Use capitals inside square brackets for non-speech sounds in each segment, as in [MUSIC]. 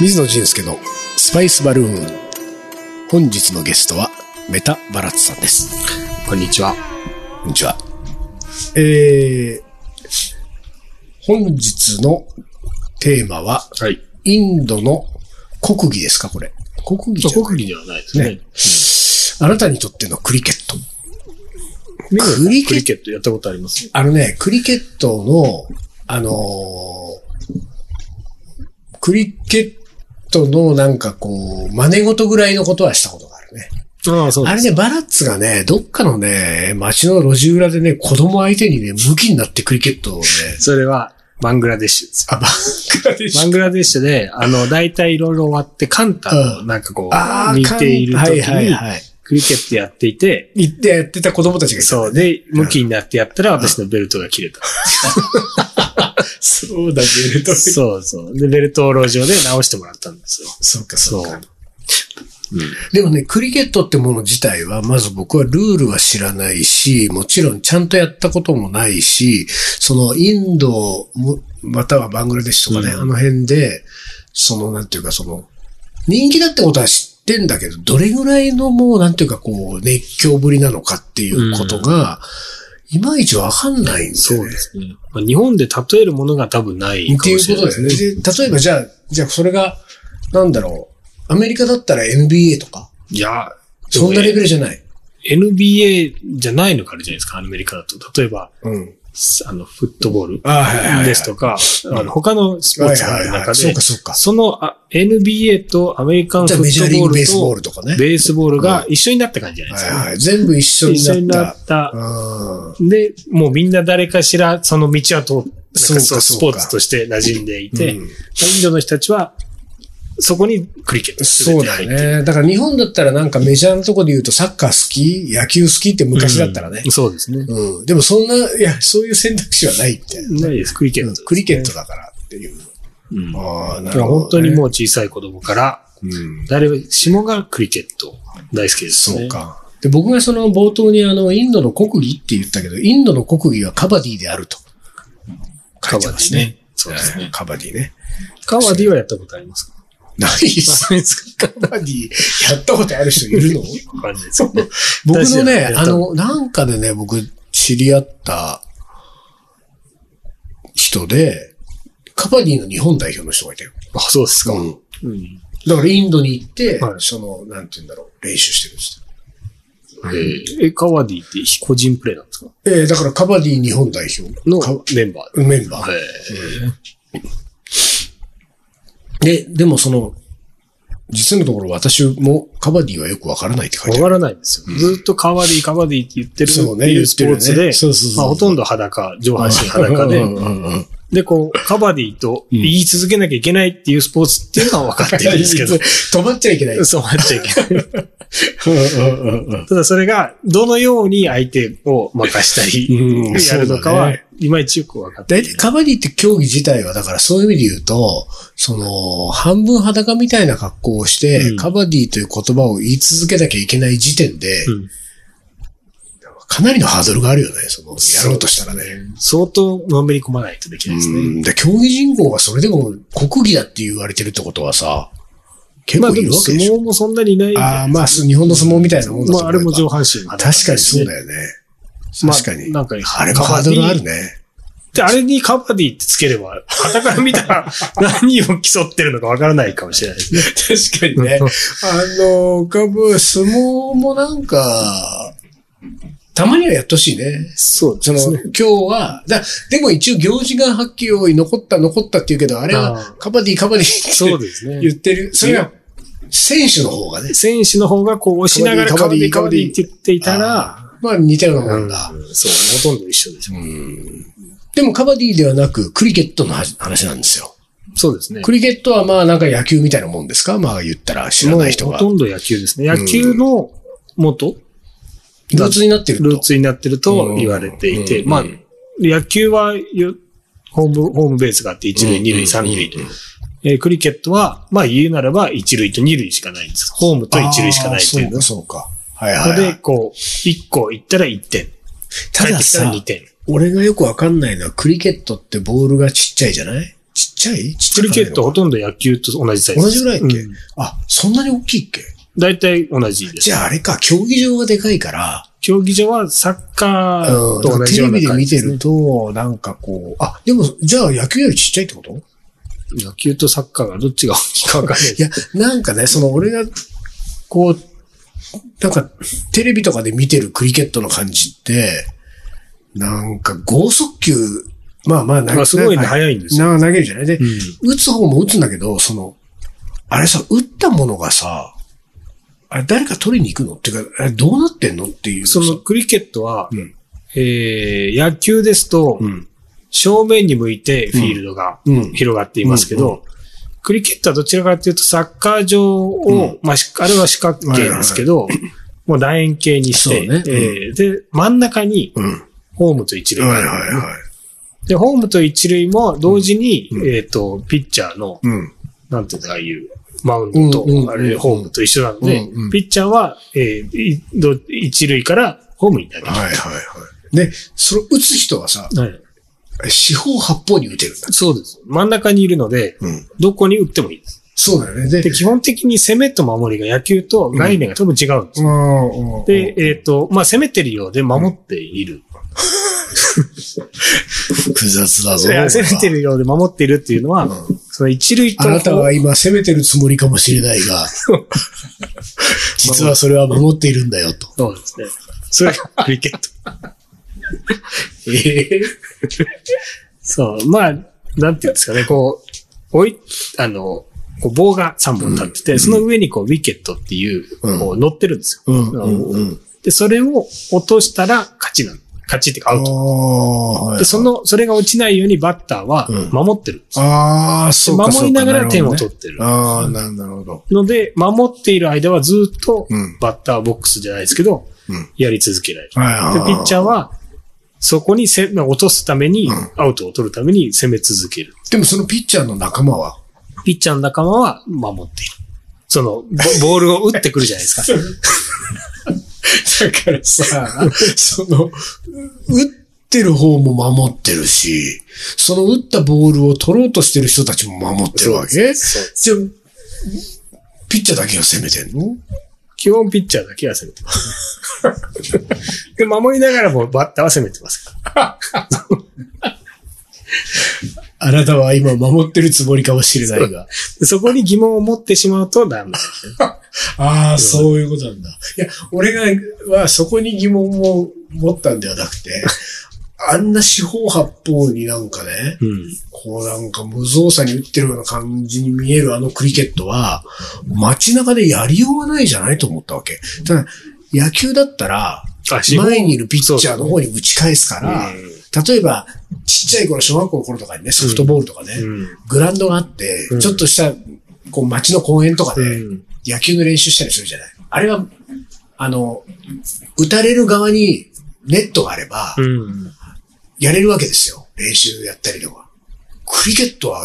水野仁介のスパイスバルーン。本日のゲストは、メタバラッツさんです。こんにちは。こんにちは。えー、本日のテーマは、はい。インドの国技ですか、これ。国技じゃそう、ない国技ではないですね。ねあなたにとってのクリケット。ミノルさんクリケットクリケットやったことありますあのね、クリケットの、あのークリケットのなんかこう、真似事ぐらいのことはしたことがあるね。ああ、そあれね、バラッツがね、どっかのね、街の路地裏でね、子供相手にね、ムキになってクリケットをね、それは、バングラデシュですよ。あ、バングラデシバュングラデシュで、あの、大体いろいろ終わって、カンタのなんかこあう、ー見ている時かんはいはいに、はい。クリケットやっていて、行ってやってた子供たちがいたそう。で、向きになってやったら私のベルトが切れた。そうだ、ベルトそそうそう。で、ベルトを路上で直してもらったんですよ。そうか、そうか。うん。でもね、クリケットってもの自体は、まず僕はルールは知らないし、もちろんちゃんとやったこともないし、そのインドも、またはバングラデシュとかね、うんあの辺で、その、なんていうかその、人気だってことは知ってんだけど、どれぐらいのもう、なんていうかこう、熱狂ぶりなのかっていうことが、いまいちわかんないんですそようねで。すね。まあ、日本で例えるものが多分ないってかいもうしれこなとでいですすね。ね。で例えばじゃあ、じゃあそれが、なんだろう、アメリカだったら NBA とか、いや、そんなレベルじゃない。 NBA じゃないのからじゃないですか、アメリカだと。例えば、うん。あの、フットボールあはいはいはいですとか、あの他のスポはーいツのは中いで、はい。そうかそうか。そのあ NBA とアメリカンじフゃあットメジャーリーボグベースボーールルととかね。ベースボールが一緒になった感じじゃないですか。はいはい。全部一緒一緒ににななっったた。。うん。で、もうみんな誰かしらその道は通って、そうかそうかスポーツとして馴染んでいて、うんインドの人たちは、そこにクリケットそうだよね。だから日本だったらなんかメジャーのとこで言うとサッカー好き野球好きって昔だったらねう。んそうですね。うん。でもそんな、いや、そういう選択肢はないみたいな。ないです、クリケッうトんですね、クリケットだからっていう。うん。だああ、なかるらほどね。本当にもう小さい子供から、うん。誰しもがクリケット大好きですね。そうか。で、僕がその冒頭にあの、インドの国技って言ったけど、インドの国技はカバディであると。書カいてバデますィねね。。そうですね。カバディね。カバディはやったことありますかないっす。ないですカバディ、やったことある人い [LAUGHS] るのわかんないですけど。僕のね確か、にあの、なんかでね、僕、知り合った人で、カバディの日本代表の人がいたよ。あ、そうですか。うんうん。だからインドに行って、はいその、なんて言うんだろう、練習してるんですよえ、カバディって個人プレーなんですかえーだからカバディ日本代表のかメンバーメンバー。で。で、でもその、実のところ私もカバディはよくわからないって書いわてあかる。らないんですよ。ずっとカバディ、カバディって言ってるってそうねいうスポ言ーツってるよねでそうそうそう、まあほとんど裸、上半身裸でう、んうんうんで、こう、カバディと言い続けなきゃいけないっていうスポーツっていうのは分かってるんですけど、 [LAUGHS] 止まっちゃいけない。そうなっちゃいけない。うんうんうんうんただそれが、どのように相手を任したうんり、やるのそかうだはね、いまいちよく分かってな大い。体カバディって競技自体は、だからそういう意味で言うと、その、半分裸みたいな格好をして、うんカバディという言葉を言い続けなきゃいけない時点で、うんかなりのハードルがあるよね、その、やろうとしたらね。相当のめり込まないとできないですね。うんで、競技人口がそれでも国技だって言われてるってことはさ、結まあ構いでるもわけ相でしょ。撲もそんなにいないんで。ああ、まあ、す日本の相撲みたいなもんだと思まえあばあれも上半身裸ですね確かにそうだよね。まあ確かに。なんか、あれもハードルある。ね。で、あれにカバディってつければ、傍から見 [LAUGHS] たら何を競ってるのか分からないかもしれないですね。確かにね。あの、かぶ、相撲もなんか、たまにはやってほしいね。そうその、今日は、だ、でも一応行事がはっきり多い、残った、残ったって言うけど、あれあはあカバディ、カバディそうってですね言。ってる。それは、選手の方がね。選手の方がこう押しながらカカババデディィ、カバディって言っていたあら、あ、まあ似たようなもうんんだ。そう、ほとんど一緒ですよ。でもカバディではなく、クリケットの話話なんですよ。そうですね。クリケットはまあなんか野球みたいなもんですかまあ言ったら知らない人もうが。ほとんど野球ですね。野球の元、ルーツになってると。ルーツになってると言われていて、うんまあう、ん野球はよホーム、ホームベースがあって、一う塁、ん二塁、三塁とうん。えークリケットは、まあ言うならば、一塁と二塁しかないんです。ホームと一塁しかないというあーそうか、そうか。はいのはい、はで、い。こう、一個行ったら一点。た帰っだてきたらさ二、点。俺がよくわかんないのはクリケットってボールがちっちゃいじゃないちっちゃいちっちゃくクリないのケットほとんど野球と同じサイズ同じぐらいっけ、うんあ、そんなに大きいっけ大体同じです。じゃああれか、競技場がでかいから、競技場はサッカうーん、となん同かじテよレうなビで感見じてです、るね。と、なんかこう、あ、でも、じゃあ野球よりちっちゃいってこと野球とサッカーがどっちが大きいかわかんないいや、なんかね、その俺が、こう、なんか、テレビとかで見てるクリケットの感じって、なんか、剛速球、まあまあ、なまあすごいねなんか速いんですな投げるじゃないで、ん打つ方も打つんだけど、その、あれさ、打ったものがさ、あれ誰か取りに行くのっていうか、あれどうなってんのっていうさ。そのクリケットは、うんえー、野球ですと、うん。正面に向いてフィールドがうん広がっていますけうんど、クリケットはどちらかというとサッカー場を、まあ、しあれは四角形ですけど、もう楕円形にしそて、うねえーで、真ん中にうん。ホームと一塁があはいるはいはい。で、ホームと一塁も同時に、うんえっ、と、ピッチャーの、うん。なんていうんだ、ああいう、マウンドうんうんうんと、あれ、ホームと一緒なので、うんうんピッチャーは、えーいど一塁からホームに投げる。はいはいはい。で、その打つ人はさ、はい、四方八方に打てるんだ。そうです。真ん中にいるので、うん。どこに打ってもいいです。そうだよね。でで、基本的に攻めと守りが野球と概念が多分違うんです。うんで、えっ、と、まあ、攻めてるようで守っている。 [LAUGHS] 複雑だぞ。い [LAUGHS] や攻めてるようで守っているっていうのは、うんその一塁とあなたは今攻めてるつもりかもしれない [LAUGHS] が、実はそれは守っているんだよ [LAUGHS] と。そう [LAUGHS] ですね。それがクリケット。ええそう、まあ、なんていうんですかね、こう、おい、あの、こう棒が3本立ってて、その上にこう、ウィケットっていう、うんこう、乗ってるんですよ。うんうんうん。で、それを落としたら勝ちなの。勝ちっていうかアウト。あで、その、それが落ちないようにバッターはうん守ってるんですよ。あー、でそうかそうか。守りながら点をなるほど取っねてる。ああ、なるほど。ので、守っている間はずっとうん、バッターボックスじゃないですけどうん、やり続けられる。はいはいで、はいピッチャーは、そこにせ、落とすためにうん、アウトを取るために攻め続ける。でもそのピッチャーの仲間 [LAUGHS] は、ピッチャーの仲間は守っている。その、ボ [LAUGHS] ボールを打ってくるじゃないですか。 [LAUGHS] だからさ、その、打ってる方も守ってるし、その打ったボールを取ろうとしてる人たちも守ってるわけそうですじゃあ、ピッチャーだけが攻めてんの基本ピッチャーだけは攻めてます。で、守りながらもバッターは攻めてますから。あなたは今守ってるつもりかもしれないが。でそこに疑問を持ってしまうとダメなんですね。ああ、そういうことなんだ。いや、俺が、はそこに疑問を持ったんではなくて、あんな四方八方になんかね、こうなんか無造作に打ってるような感じに見えるあのクリケットは、街中でやりようがないじゃないと思ったわけ。ただ、野球だったら、あ、四方前にいるピッチャーの方に打ち返すから、例えば、ちっちゃい頃、小学校の頃とかにね、ソフトボールとかね、うんグラウンドがあって、うんちょっとした、こう、街の公園とかで、うん野球の練習したりするじゃない。あれは、あの、打たれる側にネットがあれば、うんやれるわけですよ。練習やったりとか。クリケットは、ほ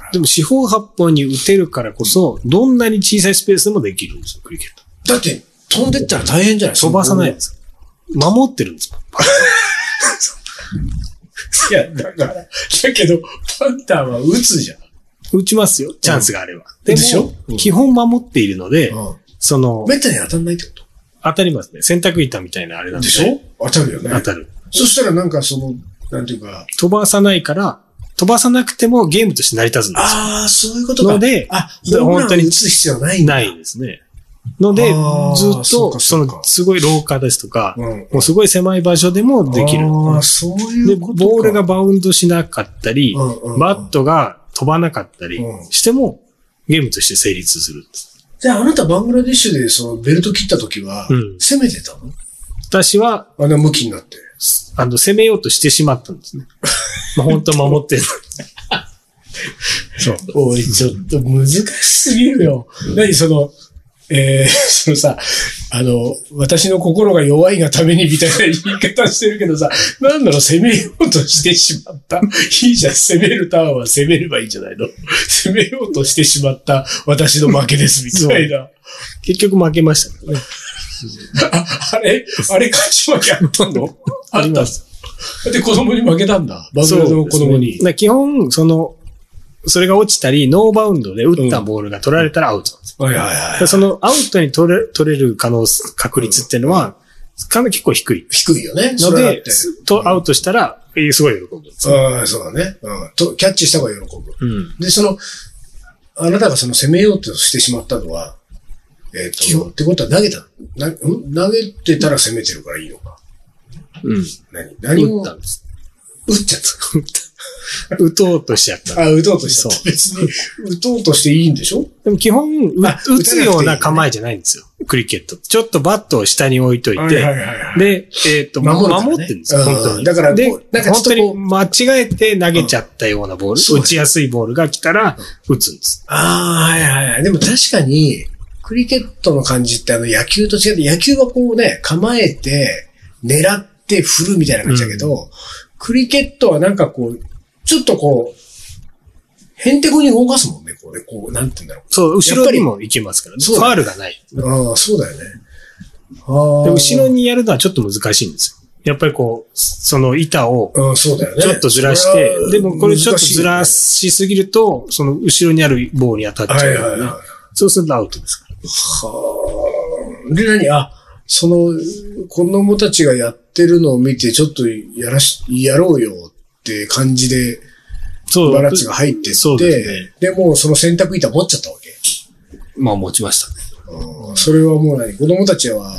らでも四方八方に打てるからこそ、どんなに小さいスペースでもできるんですよ、クリケット。だって、飛んでったら大変じゃない飛ばさないんいですよ。守ってるんですよ。や、だから、だけど、パンターは打つじゃん。打ちますよ、チャンスがあれば。うんででしょも、基本守っているので、うそのん。、めったに当たんないってこ当たりますね。洗濯板みたいなあれとなんで。でしょ当たるよね。当たる。そしたらなんかその、なんていうか、飛ばさないから、飛ばさなくてもゲームとして成り立つんですああ、そういうことか。のであ、でホームラン本当に打つ必要ないんよ。だ。ないですね。のであー、ずっそうかと、そそうかの、すごい廊下ですとか、うんもうすごい狭い場所でもできる。ああ、そういで、うことか。ボールが、バウンドしなかったりうんうんうん、バットが飛ばなかったりうんしても、ゲームとして成立する。じゃあ、あなたバングラディッシュでそのベルト切った時はうん、攻めてたの、私は、あの向きになって。あの、攻めようとしてしまった [LAUGHS] んですね。まあ、本当守ってる。そう。おい、ちょっと難しすぎるよ。何その、えー、 [LAUGHS] そのさ、あの、私の心が弱いがためにみたいな言い方してるけどさ、なんだろう、攻めようとしてしまった。いいじゃん、攻めるターンは攻めればいいんじゃないの。攻めようとしてしまった私の負けです、みたいな。結局負けましたけどね。ああれあれ勝ち負けあったのあありったんます。で、子供に負けたんだ。バグラの子供に。だから基本、その、それが落ちたり、ノーバウンドで打ったボールが取られたらアウトなんですよ。はいはいはでい。そのアウトに取れ取れる可能性、確率っていうのは、かなり結構低い低いよね。のそれだっでて。、とアウトしたら、えーすごい喜ぶんですよ。ああ、そうだね。うん。と、キャッチした方が喜ぶ。うん。で、その、あなたがその攻めようとしてしまったのは、えっ、と、ってことは投げた。な、ん投げてたら攻めてるからいいのか。うん。何何を打ったんです。打っちゃっ。打とうとしちゃったた。あ、打とうとしちゃった。別に、打とうとしていいんでしょでも基本、うあ打つよ打たうなくていいよなね構えじゃないんですよ。クリケットって。ちょっとバットを下に置いといて、はで、えっ、と、守守るからねってるんですよ、本当うに。んだからで、こうなんかちょっ本と当こうに間違えて投げちゃったようなボーそル、う打ちやすいボールが来たら、打つんです。ああ、はいはいはい。でも確かに、クリケットの感じってあの野球と違って、野球はこうね、構えて、狙って振るみたいな感じだけど、クリケットはなんかこう、ちょっとこう、へんてこに動かすもんね、こうね、こう、なんて言うんだろそう、後やっろぱりにも行けますから、ね、そうフだァールがない。う。ああ、そうだよね。ああ。で後ろにやるのはちょっと難しいんですよ。やっぱりこう、その板をうん、そうだよね。ちょっとずらしそてれは、でもこれちょっとずら難ししすぎると、その後ろにある棒に当たっいちゃようね。かはいはいらね、はい。そうするとアウトですから。はあ。で、何あ、その、子供たちがやってるのを見て、ちょっとやらし、やろうよって感じで、そう。バラッツが入ってそっうですてね、で、もうその洗濯板持っちゃったわけ。まあ持ちましたね。うんそれはもう何子供たちは、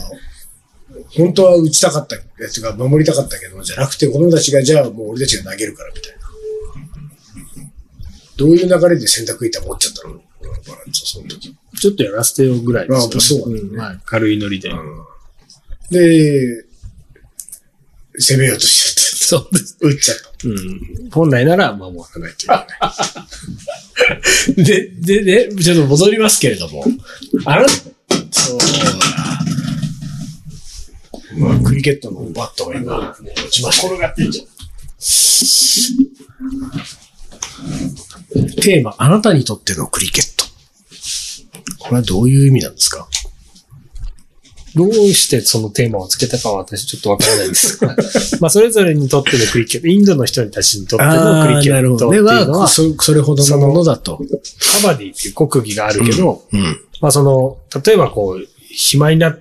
本当は打ちたかったやつが守りたかったけど、じゃなくて子供たちが、じゃあもう俺たちが投げるからみたいな。どういう流れで洗濯板持っちゃったのバランツはその時。ちょっとやらせてよぐらいですよねあそうなんだねんまあ軽いノリで。で、攻めようとしちゃっそうです。た。打っちゃった。うん。本来なら守らないといけない。で、で、で、ちょっと戻りますけれども、あら、そうだうわクリケットのバットが今、落ちました。転がってんじゃん。テーマ、あなたにとってのクリケット。これはどういう意味なんですかどうしてそのテーマをつけたかは私ちょっとわからないですが、 [LAUGHS] まあそれぞれにとってのクリケット、インドの人たちにとってのクリケットっていうのは、そ、それほどのものだと。カバディっていう国技があるけど、うん。まあその、例えばこう、暇にな、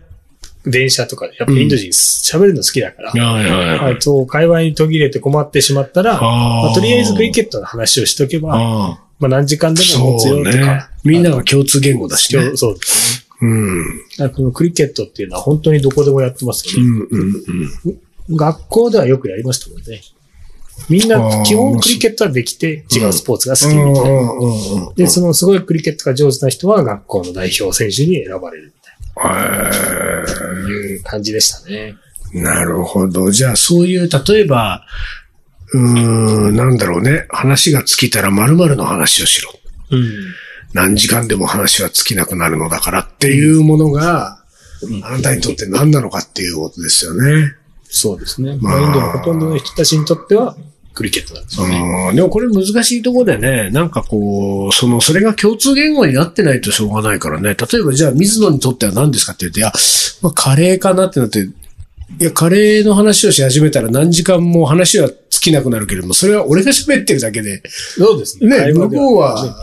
電車とかで、やっぱインド人喋るの好きだから、はいはいあと、会話に途切れて困ってしまったら、あーまあとりあえずクリケットの話をしとけば、ああ、まあ何時間でも持つよとか、みんなが共通言語だし今ね日。そうですうん。ね。だからこのクリケットっていうのは本当にどこでもやってますよね。んうんうん。学校ではよくやりましたもんね。みんあなー基本クリケットはできて違うスポーツが好きうみんたいな。うんうん。で、そのすごいクリケットが上手な人は学校の代表選手に選ばれるへみたいないう感じでしたね。えなるほど。じゃあ、そういう、例えば、うーん、なんだろうね。話が尽きたら〇〇の話をしろ。うん。何時間でも話は尽きなくなるのだからっていうものが、あなたにとって何なのかっていうことですよね。そうですね。まあまあ、インドのほとんどの人たちにとってはクリケットなんですよね。うんでもこれ難しいところでね、なんかこう、その、それが共通言語になってないとしょうがないからね。例えばじゃあ、水野にとっては何ですかって言って、いや、まあ、カレーかなってなって、いや、カレーの話をし始めたら何時間も話は尽きなくなるけれども、それは俺が喋ってるだけで、そうですね。ね、会話向でこうは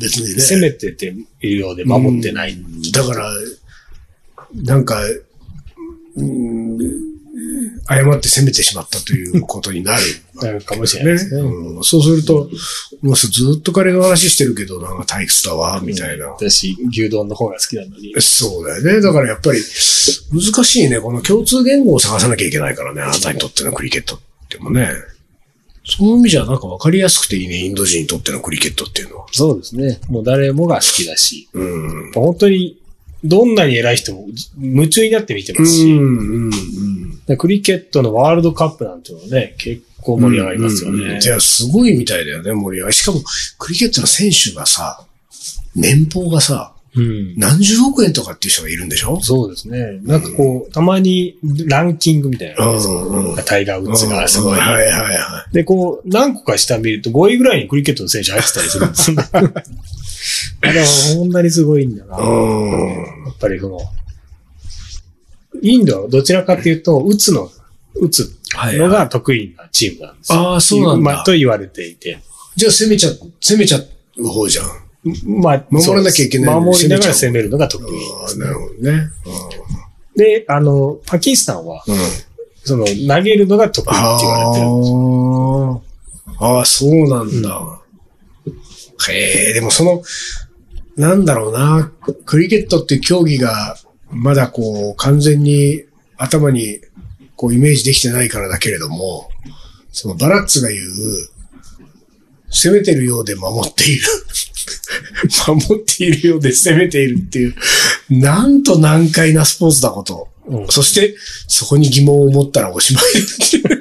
別にね。攻めてているようで守ってない。だから、なんか、うん誤って攻めてしまったということになる。なるかもしれないねですね。うんそうすると、もうずっと彼の話してるけど、なんか退屈だわ、みたいな。私、牛丼の方が好きなのに。そうだよね。だからやっぱり、難しいね。この共通言語を探さなきゃいけないからね。あなたにとってのクリケットってもね。その意味じゃなんか分かりやすくていいね。インド人にとってのクリケットっていうのは。そうですね。もう誰もが好きだし。うん。本当に、どんなに偉い人も夢中になって見てうますし、ん、うん、うん。クリケットのワールドカップなんていうのはね、結構盛り上がりますようんうんうねんい。や、すごいみたいだよね、盛り上がり。しかも、クリケットの選手がさ、年俸がさ、うん何十億円とかっていう人がいるんでしょそうですね。なんかこう、たまにランキングみたいなのがあるんですよ。うんうんタイガー・ウッズがすごい。うんはいはいはで、こう、何個か下見ると5位ぐらいにクリケットの選手入ってたりするんですよ。 [LAUGHS] あれはこんなにすごいんだな。やい。うん。っぱりその、インドはどちらかというと、打つの、打つはいのが得意なチームなんですよ。ああ、そうなんまあだ。と言われていて。じゃあ、攻めちゃ、攻めちゃう方じゃん。まあ、守らなきゃいけないのに守りながら攻攻めるのが得意あであ、すなね。るほどね。で、あの、パキスタンは、うん。その、投げるのが得意って言われてる。ああ。ああ、そうなんだ。へえ、でもその、なんだろうな、ククリケットっていう競技が、まだこう、完全に頭に、こう、イメージできてないからだけれども、そのバラッツが言う、攻めてるようで守っている。 [LAUGHS] 守っているようで攻めているっていう、なんと難解なスポーツだこと。うんそして、そこに疑問を持ったらおしまいっていう。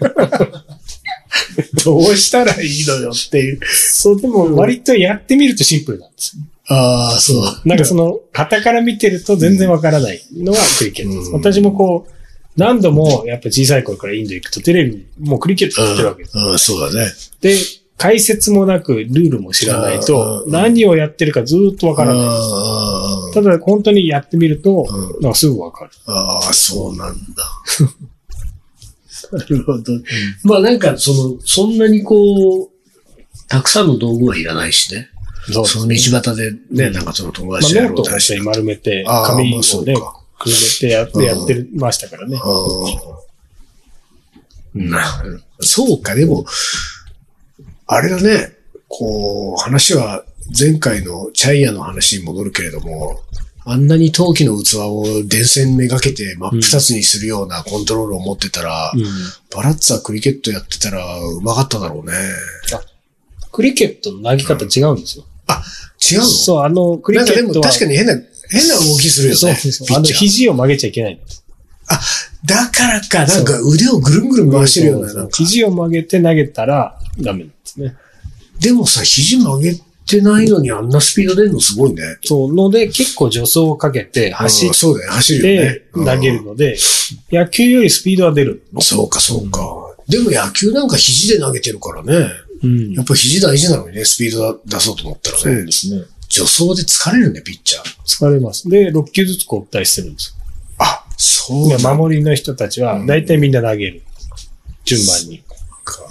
どうしたらいいのよっていう。そう、でも割とやってみるとシンプルなんですよ。ああ、そう。なんかその、旗から見てると全然わからないのがクリケットです。うん私もこう、何度もやっぱ小さい頃からインド行くとテレビにもうクリケットやってるわけです。うん、うん、そうだね。で、解説もなくルールも知らないとう、ん何をやってるかずーっとわあからない。あただ本当にやってみるとう、なんかすぐわかる。ああ、そうなんだ。なるほど。まあなんか、その、そんなにこう、たくさんの道具はいらないしね。そうですその道端でね、うんなんかその友ま達あ、やろノーうトとを本当に丸めて、あー紙まあそをうねか、くるめてやって、うんやってましたからね。なるそうか、でも、あれだね、こう、話は前回のチャイヤの話に戻るけれども、あんなに陶器の器を電線めがけて真っ二つにするようなコントロールを持ってたら、うんバラッツァクリケットやってたらうまかっただろうね。クリケットの投げ方違うんですよ。違うのそう、あの、クリなんかケでッもトは。確かに変な、変な動きするよね。そうそうそう。あの、ピッチャー肘を曲げちゃいけないんです。だからか、なんか腕をぐるんぐるん回してるような、そうなそんうか。肘を曲げて投げたらダメなんですね。でもさ、肘曲げてないのにあんなスピード出るのすごいね。そう、ので、結構助走をかけて走うんっそうだよ、走るよねて。投げるので、野球よりスピードは出る。うんそうか、そうか。でも野球なんか肘で投げてるからね。うんやっぱ肘大事なのにね、スピード出そうと思ったらね。ですね。助走で疲れるね、ピッチャー。疲れます。で、6球ずつ交代してるんですよあ、そういやなんだ守りの人たちは、大体みんな投げる。順番に。か。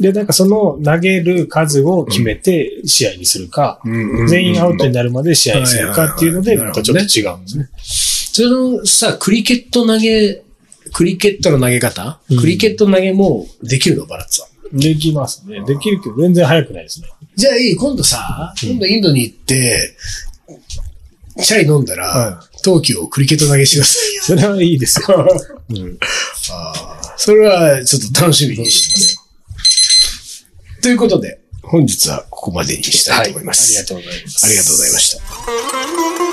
で、なんかその投げる数を決めて試合にするか、全員アウトになるまで試合にするかっていうので、はいはいはいまたちょっと違うんですね。そのさ、クリケット投げ、クリケットの投げ方、うんクリケット投げもできるの、バラッツは。できますね。できるけど、全然速くないですね。じゃあいい、今度さ、今度インドに行って、チャイ飲んだら、は陶器をクリケット投げしてくださいよ。それはいいですよ。 [LAUGHS] うんあーそれはちょっと楽しみにしてますよ。ということで、本日はここまでにしたいと思いまありす。がとうございます。ありがとうございました。